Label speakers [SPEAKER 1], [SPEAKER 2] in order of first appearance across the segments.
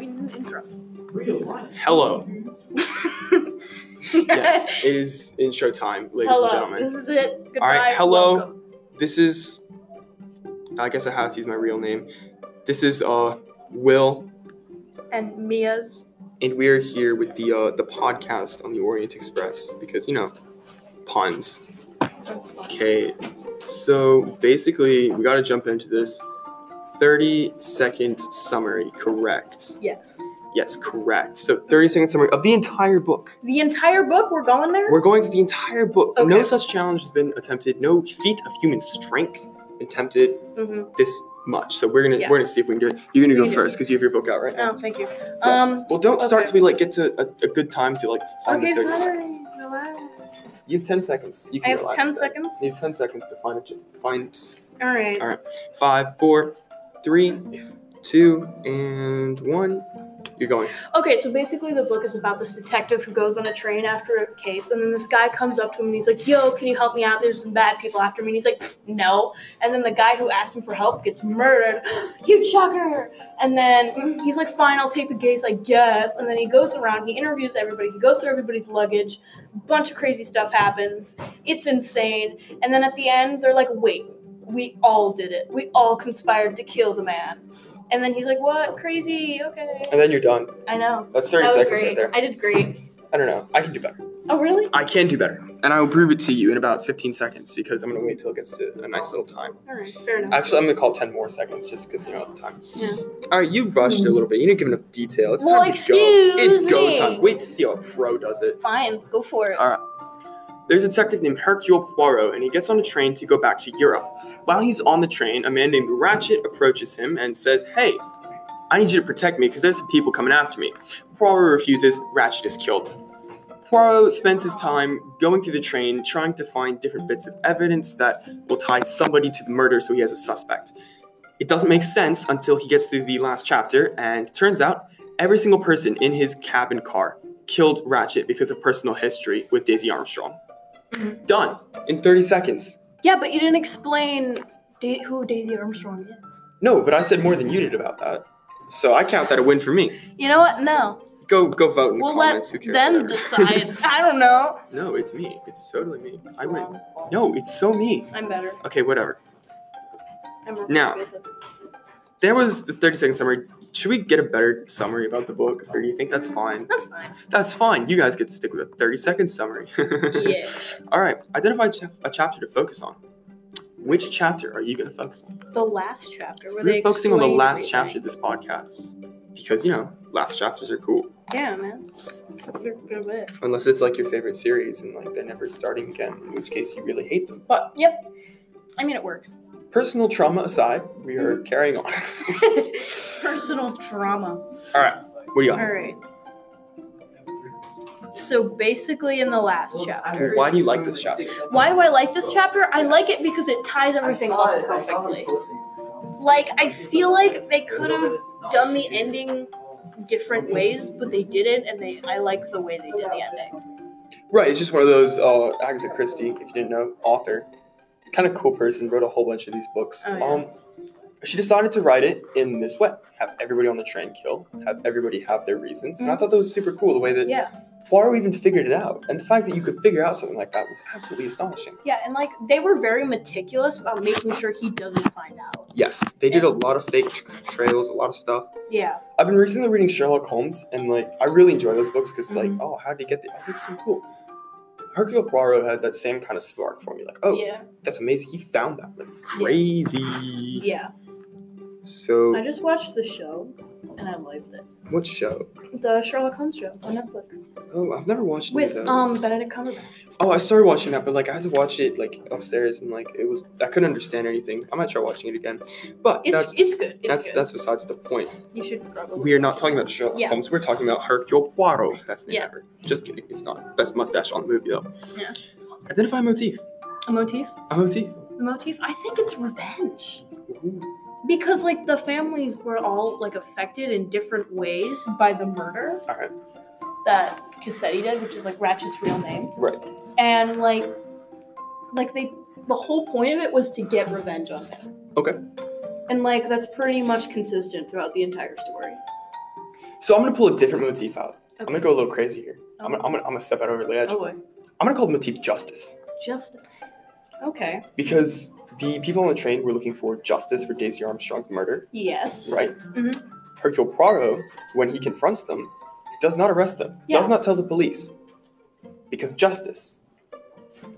[SPEAKER 1] intro.
[SPEAKER 2] Hello. Yes, it is intro time, ladies
[SPEAKER 1] Hello.
[SPEAKER 2] and gentlemen.
[SPEAKER 1] This is it. Goodbye.
[SPEAKER 2] hello.
[SPEAKER 1] welcome.
[SPEAKER 2] This is. I guess I have to use my real name. This is uh Will,
[SPEAKER 1] And Mia's.
[SPEAKER 2] and we are here with the uh, the podcast on the Orient Express because you know puns.
[SPEAKER 1] That's fun.
[SPEAKER 2] Okay, so basically we got to jump into this thirty second summary. Correct.
[SPEAKER 1] Yes.
[SPEAKER 2] Yes, correct. So thirty second summary of the entire book.
[SPEAKER 1] The entire book. We're going there.
[SPEAKER 2] We're going to the entire book. No
[SPEAKER 1] Okay.
[SPEAKER 2] such challenge has been attempted. No feat of human strength attempted
[SPEAKER 1] hmm
[SPEAKER 2] this much. So we're gonna
[SPEAKER 1] Yeah.
[SPEAKER 2] we're gonna see if we can do it. You're gonna
[SPEAKER 1] We
[SPEAKER 2] go
[SPEAKER 1] can do it.
[SPEAKER 2] first because you have your book out right now.
[SPEAKER 1] Oh, thank you.
[SPEAKER 2] Yeah.
[SPEAKER 1] Um.
[SPEAKER 2] Well, don't start
[SPEAKER 1] okay.
[SPEAKER 2] till we like get to a, a good time to like find
[SPEAKER 1] Okay,
[SPEAKER 2] the 30
[SPEAKER 1] fine.
[SPEAKER 2] seconds.
[SPEAKER 1] Relax.
[SPEAKER 2] You have 10 seconds. You
[SPEAKER 1] I
[SPEAKER 2] can
[SPEAKER 1] have
[SPEAKER 2] relax
[SPEAKER 1] ten
[SPEAKER 2] then.
[SPEAKER 1] seconds.
[SPEAKER 2] You have 10 seconds to find it. Find
[SPEAKER 1] All right.
[SPEAKER 2] All right. five, four, three, two, and one. You're going.
[SPEAKER 1] Okay, so basically the book is about this detective who goes on a train after a case, and then this guy comes up to him and he's like, "Yo, can you help me out? There's some bad people after me." And he's like, "No." And then the guy who asked him for help gets murdered. Huge shocker. And then mm, he's like, "Fine, I'll take the case, I guess." And then he goes around, he interviews everybody, he goes through everybody's luggage. Bunch of crazy stuff happens. It's insane. And then at the end, they're like, "Wait, we all did it. We all conspired to kill the man." And then he's like, "What? Crazy? Okay."
[SPEAKER 2] And then you're done.
[SPEAKER 1] I know.
[SPEAKER 2] That's 30
[SPEAKER 1] That was
[SPEAKER 2] seconds
[SPEAKER 1] great.
[SPEAKER 2] right there.
[SPEAKER 1] I did great.
[SPEAKER 2] I don't know. I can do better.
[SPEAKER 1] Oh, really?
[SPEAKER 2] I can do better. And I will prove it to you in about 15 seconds because I'm going to wait till it gets to a nice little time.
[SPEAKER 1] All right, fair enough.
[SPEAKER 2] Actually, I'm going to call 10 more seconds just because, you know, the time.
[SPEAKER 1] Yeah.
[SPEAKER 2] All right, you rushed a little bit. You didn't give enough detail. It's
[SPEAKER 1] Well,
[SPEAKER 2] time to go. It's
[SPEAKER 1] excuse
[SPEAKER 2] go
[SPEAKER 1] me.
[SPEAKER 2] time. Wait to see how a pro does it.
[SPEAKER 1] Fine, go for it.
[SPEAKER 2] All There's a detective named Hercule Poirot, and he gets on a train to go back to Europe. While he's on the train, a man named Ratchet approaches him and says, Hey, I need you to protect me because there's some people coming after me. Poirot refuses, Ratchet is killed. Poirot spends his time going through the train trying to find different bits of evidence that will tie somebody to the murder so he has a suspect. It doesn't make sense until he gets through the last chapter, and turns out every single person in his cab and car killed Ratchet because of personal history with Daisy Armstrong.
[SPEAKER 1] Mhm.
[SPEAKER 2] Done in 30 seconds.
[SPEAKER 1] Yeah, but you didn't explain da- who Daisy Armstrong is.
[SPEAKER 2] No, but I said more than you did about that. So I count that a win for me.
[SPEAKER 1] You know what? No.
[SPEAKER 2] Go go vote in the
[SPEAKER 1] we'll let
[SPEAKER 2] comments. Who cares?
[SPEAKER 1] them
[SPEAKER 2] whatever.
[SPEAKER 1] decide. I don't know.
[SPEAKER 2] no, it's me. It's totally me. I win.
[SPEAKER 1] Wrong.
[SPEAKER 2] No, it's so me.
[SPEAKER 1] I'm better.
[SPEAKER 2] Okay, whatever.
[SPEAKER 1] I'm more
[SPEAKER 2] Now.
[SPEAKER 1] persuasive.
[SPEAKER 2] There was the 30 second summary. Should we get a better summary about the book? Or do you think that's fine?
[SPEAKER 1] That's fine.
[SPEAKER 2] That's fine. You guys get to stick with a 30 second summary.
[SPEAKER 1] Yeah.
[SPEAKER 2] All right. Identify ch- a chapter to focus on. Which chapter are you going to focus on?
[SPEAKER 1] The last chapter where
[SPEAKER 2] We're
[SPEAKER 1] they
[SPEAKER 2] focusing on the
[SPEAKER 1] explain
[SPEAKER 2] last
[SPEAKER 1] everything.
[SPEAKER 2] chapter of this podcast because, you know, last chapters are cool.
[SPEAKER 1] Yeah, man. They're- they're lit.
[SPEAKER 2] Unless it's like your favorite series and like they're never starting again, in which case you really hate them. But
[SPEAKER 1] I mean, it works.
[SPEAKER 2] personal trauma aside, we are
[SPEAKER 1] Mm-hmm.
[SPEAKER 2] carrying on.
[SPEAKER 1] Personal trauma.
[SPEAKER 2] What do you
[SPEAKER 1] All
[SPEAKER 2] got?
[SPEAKER 1] right. So basically, in the last chapter.
[SPEAKER 2] Why do you like this chapter?
[SPEAKER 1] Why do I like this chapter? I like it because it ties everything up perfectly. Like, I feel like they could have done the ending different ways, but they didn't, and they I like the way they did the ending.
[SPEAKER 2] Right, it's just one of those uh, Agatha Christie, if you didn't know, author, kind of cool person, wrote a whole bunch of these books.
[SPEAKER 1] Oh, yeah.
[SPEAKER 2] Um, she decided to write it in this way: have everybody on the train kill, have everybody have their reasons, and I thought that was super cool. The way that
[SPEAKER 1] Mm. Yeah,
[SPEAKER 2] Poirot even figured it out, and the fact that you could figure out something like that was absolutely astonishing.
[SPEAKER 1] yeah, and like they were very meticulous about making sure he doesn't find out.
[SPEAKER 2] Yes, they did a lot of fake trails, a lot of stuff.
[SPEAKER 1] Yeah,
[SPEAKER 2] I've been recently reading Sherlock Holmes, and like I really enjoy those books because like,
[SPEAKER 1] Mhm.
[SPEAKER 2] oh, how did he get the? Oh, it's so cool. Hercule Poirot had that same kind of spark for me. Like, oh,
[SPEAKER 1] yeah,
[SPEAKER 2] that's amazing. He found that like crazy.
[SPEAKER 1] yeah.
[SPEAKER 2] So,
[SPEAKER 1] I just watched the show, and I loved it.
[SPEAKER 2] what show?
[SPEAKER 1] The Sherlock Holmes show on Netflix
[SPEAKER 2] Oh, I've never watched any of
[SPEAKER 1] with um
[SPEAKER 2] those.
[SPEAKER 1] Benedict Cumberbatch.
[SPEAKER 2] Oh, I started watching that, but like I had to watch it like upstairs, and like it was I couldn't understand anything. I might try watching it again, but
[SPEAKER 1] It's
[SPEAKER 2] that's
[SPEAKER 1] it's good. It's
[SPEAKER 2] that's
[SPEAKER 1] good.
[SPEAKER 2] that's besides the point.
[SPEAKER 1] you should probably.
[SPEAKER 2] We are not talking about Sherlock
[SPEAKER 1] Yeah.
[SPEAKER 2] Holmes. We're talking about Hercule Poirot. Best name
[SPEAKER 1] Yeah.
[SPEAKER 2] ever. Just kidding. It's not best mustache on the movie though.
[SPEAKER 1] Yeah.
[SPEAKER 2] Identify a motif.
[SPEAKER 1] A motif.
[SPEAKER 2] A motif.
[SPEAKER 1] The motif. I think it's revenge.
[SPEAKER 2] Ooh.
[SPEAKER 1] because like the families were all like affected in different ways by the murder
[SPEAKER 2] All right.
[SPEAKER 1] that Cassetti did, which is like Ratchet's real name,
[SPEAKER 2] Right.
[SPEAKER 1] and like like they the whole point of it was to get revenge on him.
[SPEAKER 2] Okay.
[SPEAKER 1] And like that's pretty much consistent throughout the entire story.
[SPEAKER 2] So I'm gonna pull a different motif out. I'm gonna
[SPEAKER 1] Okay.
[SPEAKER 2] go a little crazy here. I'm,
[SPEAKER 1] Oh.
[SPEAKER 2] gonna, I'm, gonna, I'm gonna step out over the edge.
[SPEAKER 1] Oh boy.
[SPEAKER 2] I'm gonna call the motif justice
[SPEAKER 1] Justice. Okay.
[SPEAKER 2] because the people on the train were looking for justice for Daisy Armstrong's murder,
[SPEAKER 1] Yes.
[SPEAKER 2] right?
[SPEAKER 1] Mhm.
[SPEAKER 2] Hercule Poirot, when he confronts them, does not arrest them,
[SPEAKER 1] Yeah.
[SPEAKER 2] does not tell the police because justice,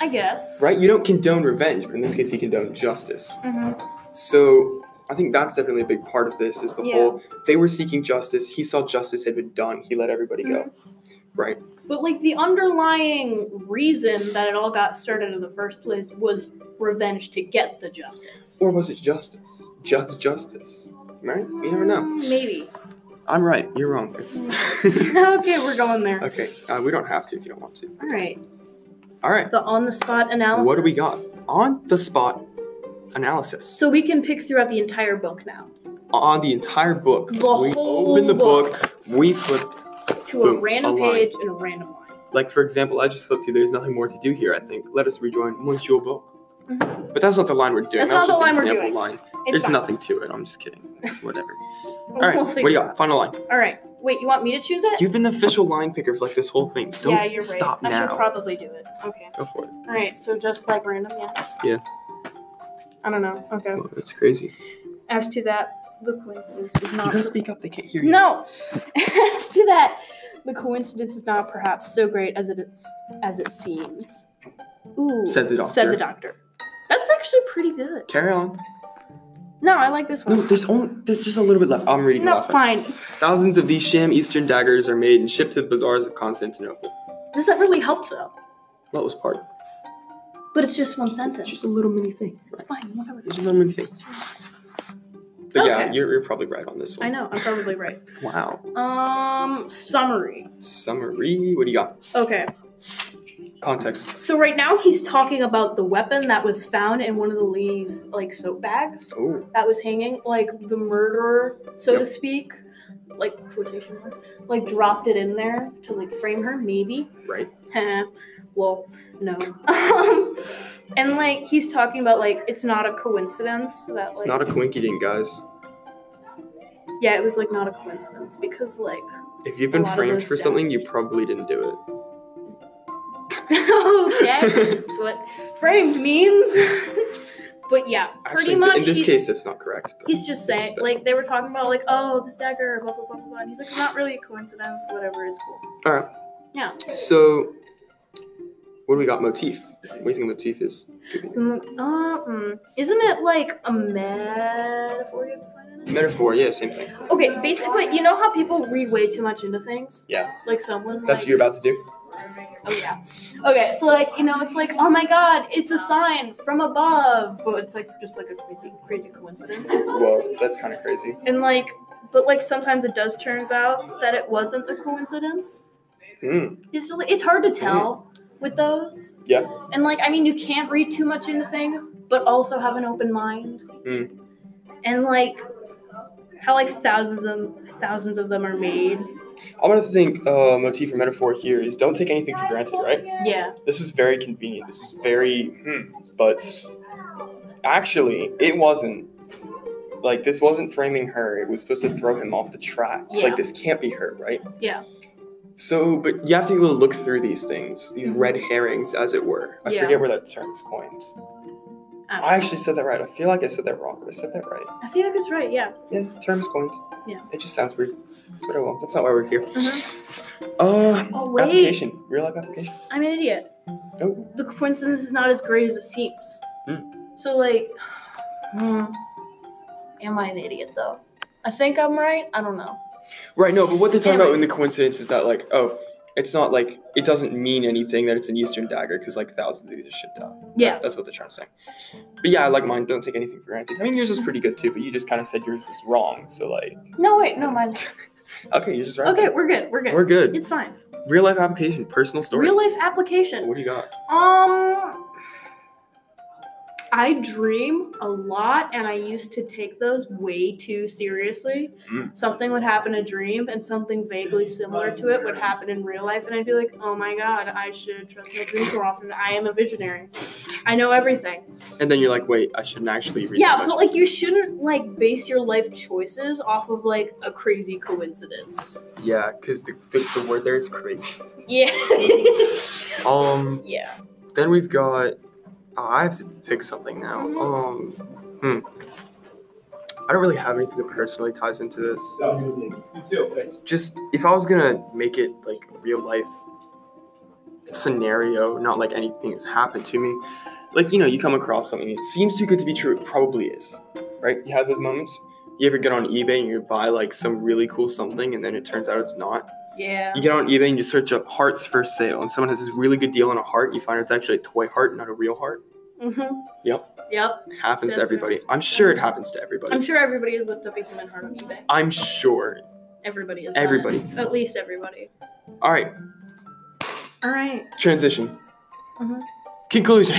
[SPEAKER 1] I guess.
[SPEAKER 2] right? You don't condone revenge, but in this case, he condoned justice.
[SPEAKER 1] hmm
[SPEAKER 2] So I think that's definitely a big part of this is the
[SPEAKER 1] Yeah.
[SPEAKER 2] whole they were seeking justice. He saw justice had been done. He let everybody go.
[SPEAKER 1] Mm-hmm.
[SPEAKER 2] Right.
[SPEAKER 1] But like the underlying reason that it all got started in the first place was revenge to get the justice.
[SPEAKER 2] Or was it justice? Just justice. Right? You never know.
[SPEAKER 1] Mm, Maybe.
[SPEAKER 2] I'm right. You're wrong. It's
[SPEAKER 1] okay, we're going there.
[SPEAKER 2] okay. Uh, we don't have to if you don't want to.
[SPEAKER 1] All right.
[SPEAKER 2] All right.
[SPEAKER 1] The on the spot analysis.
[SPEAKER 2] What do we got? On the spot analysis
[SPEAKER 1] So we can pick throughout the entire book now.
[SPEAKER 2] on the entire book.
[SPEAKER 1] The
[SPEAKER 2] we
[SPEAKER 1] whole
[SPEAKER 2] open the book.
[SPEAKER 1] book.
[SPEAKER 2] We flip.
[SPEAKER 1] To a
[SPEAKER 2] Boom,
[SPEAKER 1] random
[SPEAKER 2] a line.
[SPEAKER 1] page and a random line.
[SPEAKER 2] Like for example, I just flipped to. There's nothing more to do here. I think. Let us rejoin Monsieur Book.
[SPEAKER 1] Mhm.
[SPEAKER 2] But that's not the line we're doing.
[SPEAKER 1] That's
[SPEAKER 2] that was
[SPEAKER 1] not the
[SPEAKER 2] just
[SPEAKER 1] line
[SPEAKER 2] an
[SPEAKER 1] we're
[SPEAKER 2] example
[SPEAKER 1] doing.
[SPEAKER 2] line.
[SPEAKER 1] It's
[SPEAKER 2] There's
[SPEAKER 1] fine.
[SPEAKER 2] nothing to it. I'm just kidding. Whatever. All
[SPEAKER 1] We'll
[SPEAKER 2] right. What do
[SPEAKER 1] figure
[SPEAKER 2] you
[SPEAKER 1] it
[SPEAKER 2] got? Final line.
[SPEAKER 1] out. All right. Wait, you want me to choose it?
[SPEAKER 2] You've been the official line picker for like this whole thing. Don't
[SPEAKER 1] yeah, you're
[SPEAKER 2] stop
[SPEAKER 1] right. I
[SPEAKER 2] now.
[SPEAKER 1] should probably do it. Okay.
[SPEAKER 2] Go for it.
[SPEAKER 1] All right. So just like random, yeah.
[SPEAKER 2] Yeah.
[SPEAKER 1] I don't know. Okay.
[SPEAKER 2] Oh, that's crazy.
[SPEAKER 1] As to that, the coincidence is
[SPEAKER 2] You
[SPEAKER 1] not.
[SPEAKER 2] gotta speak up. They can't hear you.
[SPEAKER 1] Uh, No. as to that, the coincidence is not perhaps so great as it is as it seems. Ooh.
[SPEAKER 2] Said the doctor.
[SPEAKER 1] Said the doctor. That's actually pretty good.
[SPEAKER 2] Carry on.
[SPEAKER 1] No, I like this one.
[SPEAKER 2] No, there's only there's just a little bit left. I'm reading.
[SPEAKER 1] No,
[SPEAKER 2] off it.
[SPEAKER 1] fine.
[SPEAKER 2] Thousands of these sham Eastern daggers are made and shipped to the bazaars of Constantinople.
[SPEAKER 1] Does that really help though?
[SPEAKER 2] That was part.
[SPEAKER 1] But it's just one
[SPEAKER 2] It's
[SPEAKER 1] sentence.
[SPEAKER 2] just a little mini thing. Right?
[SPEAKER 1] Fine, whatever.
[SPEAKER 2] It's just a little mini thing. But yeah,
[SPEAKER 1] Okay.
[SPEAKER 2] you're, you're probably right on this one.
[SPEAKER 1] I know, I'm probably right.
[SPEAKER 2] Wow.
[SPEAKER 1] Um, summary.
[SPEAKER 2] Summary. What do you got?
[SPEAKER 1] Okay,
[SPEAKER 2] Context.
[SPEAKER 1] so right now he's talking about the weapon that was found in one of the lady's like soap bags
[SPEAKER 2] Oh.
[SPEAKER 1] that was hanging, like the murderer, so to
[SPEAKER 2] Yep.
[SPEAKER 1] speak, like quotation marks, like dropped it in there to like frame her, maybe.
[SPEAKER 2] Right.
[SPEAKER 1] Heh. well, no. Um, and like he's talking about like it's not a coincidence that
[SPEAKER 2] It's
[SPEAKER 1] like
[SPEAKER 2] not a coinky ding, guys.
[SPEAKER 1] yeah, it was like not a coincidence because like
[SPEAKER 2] If you've
[SPEAKER 1] a
[SPEAKER 2] been
[SPEAKER 1] lot of
[SPEAKER 2] framed
[SPEAKER 1] those
[SPEAKER 2] for something, you probably didn't do
[SPEAKER 1] okay.
[SPEAKER 2] it.
[SPEAKER 1] That's what framed means. but yeah, pretty
[SPEAKER 2] Actually,
[SPEAKER 1] much.
[SPEAKER 2] in this
[SPEAKER 1] he-
[SPEAKER 2] case, that's not correct. but-
[SPEAKER 1] he's just
[SPEAKER 2] this is
[SPEAKER 1] saying,
[SPEAKER 2] special.
[SPEAKER 1] like, they were talking about, like, oh, this dagger, blah, blah, blah, blah, blah. And he's like, it's not really a coincidence, whatever, it's cool.
[SPEAKER 2] All right.
[SPEAKER 1] Yeah.
[SPEAKER 2] So, what do we got? Motif. What do you think motif is? Could be-
[SPEAKER 1] Mm, uh, mm. Isn't it, like, a metaphor you have to find in it?
[SPEAKER 2] Metaphor. Yeah, same thing.
[SPEAKER 1] Okay, basically, you know how people read way too much into things?
[SPEAKER 2] Yeah.
[SPEAKER 1] Like, someone.
[SPEAKER 2] That's
[SPEAKER 1] like,
[SPEAKER 2] what you're about to do.
[SPEAKER 1] Oh yeah. Okay, so like you know, it's like oh my god, it's a sign from above, but it's like just like a crazy, crazy coincidence.
[SPEAKER 2] Well, that's kind of crazy.
[SPEAKER 1] And like, but like sometimes it does turns out that it wasn't a coincidence.
[SPEAKER 2] Mm.
[SPEAKER 1] It's just, like- it's hard to tell with those.
[SPEAKER 2] Yeah.
[SPEAKER 1] And like, I mean, you can't read too much into things, but also have an open mind.
[SPEAKER 2] Mm.
[SPEAKER 1] And like, how like thousands and thousands of them are made.
[SPEAKER 2] I want to think uh, motif or metaphor here is don't take anything for granted, right?
[SPEAKER 1] Yeah.
[SPEAKER 2] This was very convenient. This was very, hmm, but actually, it wasn't. Like this wasn't framing her. It was supposed to throw him off the track.
[SPEAKER 1] Yeah.
[SPEAKER 2] Like this can't be her, right?
[SPEAKER 1] Yeah.
[SPEAKER 2] So, but you have to be able to look through these things, these
[SPEAKER 1] Mhm.
[SPEAKER 2] red herrings, as it were. I
[SPEAKER 1] Yeah.
[SPEAKER 2] forget where that term is coined.
[SPEAKER 1] I,
[SPEAKER 2] I
[SPEAKER 1] don't know.
[SPEAKER 2] actually said that right. I feel like I said that wrong, but I said that right.
[SPEAKER 1] I feel like it's right. Yeah.
[SPEAKER 2] Yeah, term is coined.
[SPEAKER 1] Yeah.
[SPEAKER 2] It just sounds weird. But oh well, that's not why we're here.
[SPEAKER 1] Mhm.
[SPEAKER 2] Uh,
[SPEAKER 1] Oh wait,
[SPEAKER 2] application. Real life application.
[SPEAKER 1] I'm an idiot.
[SPEAKER 2] Oh.
[SPEAKER 1] The coincidence is not as great as it seems.
[SPEAKER 2] Mm.
[SPEAKER 1] So like, hmm, am I an idiot though? I think I'm right. I don't know.
[SPEAKER 2] Right, no, but what they're talking about in
[SPEAKER 1] Anyway.
[SPEAKER 2] the coincidence is that, like, oh, it's not like, it doesn't mean anything that it's an Eastern dagger because, like, thousands of these are shipped out.
[SPEAKER 1] Yeah.
[SPEAKER 2] That's what they're trying to say. But yeah, I like mine. Don't take anything for granted. I mean, yours is pretty good too, but you just kind of said yours was wrong. So, like,
[SPEAKER 1] No, wait, no, mine.
[SPEAKER 2] okay, you're just right.
[SPEAKER 1] Okay, we're good. We're good.
[SPEAKER 2] We're good.
[SPEAKER 1] It's fine.
[SPEAKER 2] Real life application, personal story.
[SPEAKER 1] Real life application.
[SPEAKER 2] What do you got?
[SPEAKER 1] Um, I dream a lot, and I used to take those way too seriously.
[SPEAKER 2] Mm.
[SPEAKER 1] Something would happen in a dream, and something vaguely similar to it would happen in real life, and I'd be like, "Oh my god, I should trust my dreams more often. I am a visionary. I know everything."
[SPEAKER 2] And then you're like, wait, I shouldn't actually read
[SPEAKER 1] yeah,
[SPEAKER 2] that
[SPEAKER 1] but
[SPEAKER 2] much.
[SPEAKER 1] like you shouldn't like base your life choices off of like a crazy coincidence.
[SPEAKER 2] yeah, because the, the, the word there is crazy.
[SPEAKER 1] Yeah.
[SPEAKER 2] Um,
[SPEAKER 1] yeah.
[SPEAKER 2] then we've got. oh, I have to pick something now. Um, hmm. I don't really have anything that personally ties into this.
[SPEAKER 3] You too. Thanks.
[SPEAKER 2] Just if I was gonna make it like a real life scenario, not like anything has happened to me. Like you know, you come across something, it seems too good to be true. It probably is, right? You have those moments. You ever get on eBay and you buy like some really cool something, and then it turns out it's not.
[SPEAKER 1] Yeah.
[SPEAKER 2] You get on eBay and you search up hearts for sale, and someone has this really good deal on a heart. You find it's actually a toy heart, not a real heart.
[SPEAKER 1] Mm-hmm.
[SPEAKER 2] Yep.
[SPEAKER 1] Yep.
[SPEAKER 2] It happens to
[SPEAKER 1] Definitely.
[SPEAKER 2] everybody. I'm sure it happens to everybody.
[SPEAKER 1] I'm sure everybody has looked up a human heart on eBay.
[SPEAKER 2] I'm sure
[SPEAKER 1] Everybody has. done it.
[SPEAKER 2] everybody.
[SPEAKER 1] At least everybody.
[SPEAKER 2] All right,
[SPEAKER 1] All right.
[SPEAKER 2] transition.
[SPEAKER 1] Mhm.
[SPEAKER 2] Conclusion.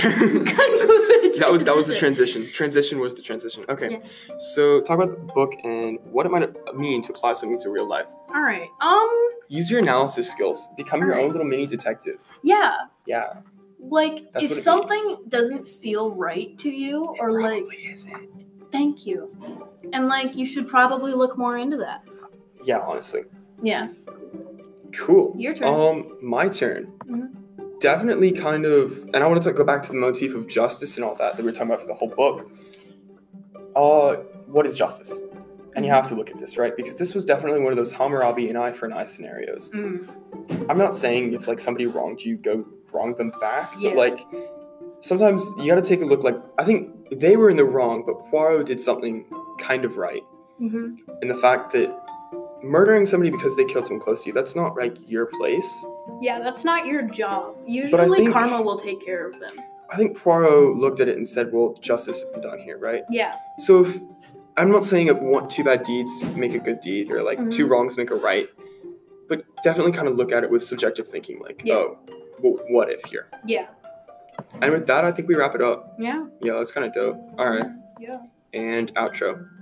[SPEAKER 1] Conclude.
[SPEAKER 2] that was that was the transition. Transition was the transition. Okay. So talk about the book and what it might mean to apply something to real life.
[SPEAKER 1] All right. Um.
[SPEAKER 2] Use your analysis skills. Become your
[SPEAKER 1] Alright.
[SPEAKER 2] own little mini detective.
[SPEAKER 1] Yeah.
[SPEAKER 2] Yeah.
[SPEAKER 1] Like
[SPEAKER 2] That's what
[SPEAKER 1] if
[SPEAKER 2] it
[SPEAKER 1] something
[SPEAKER 2] means.
[SPEAKER 1] doesn't feel right to you, or like
[SPEAKER 2] Probably isn't.
[SPEAKER 1] thank you, and like you should probably look more into that.
[SPEAKER 2] Yeah, honestly.
[SPEAKER 1] Yeah.
[SPEAKER 2] Cool.
[SPEAKER 1] Your turn. Mm-hmm.
[SPEAKER 2] Um, my turn. Definitely kind of, and I want to go back to the motif of justice and all that that we were talking about for the whole book. Uh, what is justice? And you have to look at this, right? Because this was definitely one of those Hammurabi and eye for an eye scenarios.
[SPEAKER 1] Mm.
[SPEAKER 2] I'm not saying if like somebody wronged you, go wrong them back,
[SPEAKER 1] Yeah.
[SPEAKER 2] but like sometimes you got to take a look. Like I think they were in the wrong, but Poirot did something kind of right
[SPEAKER 1] hmm
[SPEAKER 2] in the fact that murdering somebody because they killed someone close to you—that's not like your place.
[SPEAKER 1] Yeah, that's not your job.
[SPEAKER 2] I
[SPEAKER 1] Usually,
[SPEAKER 2] think-
[SPEAKER 1] karma will take care of them.
[SPEAKER 2] I think Poirot looked at it and said, "Well, justice has been done here, right?"
[SPEAKER 1] Yeah.
[SPEAKER 2] So if, I'm not saying that one, two bad deeds make a good deed, or like two
[SPEAKER 1] Mhm.
[SPEAKER 2] wrongs make a right, but definitely kind of look at it with subjective thinking, like,
[SPEAKER 1] Yeah.
[SPEAKER 2] "Oh, well, what if here?"
[SPEAKER 1] Yeah.
[SPEAKER 2] And with that, I think we wrap it up.
[SPEAKER 1] Yeah.
[SPEAKER 2] Yeah, that's kind of dope. All right,
[SPEAKER 1] Yeah.
[SPEAKER 2] and outro.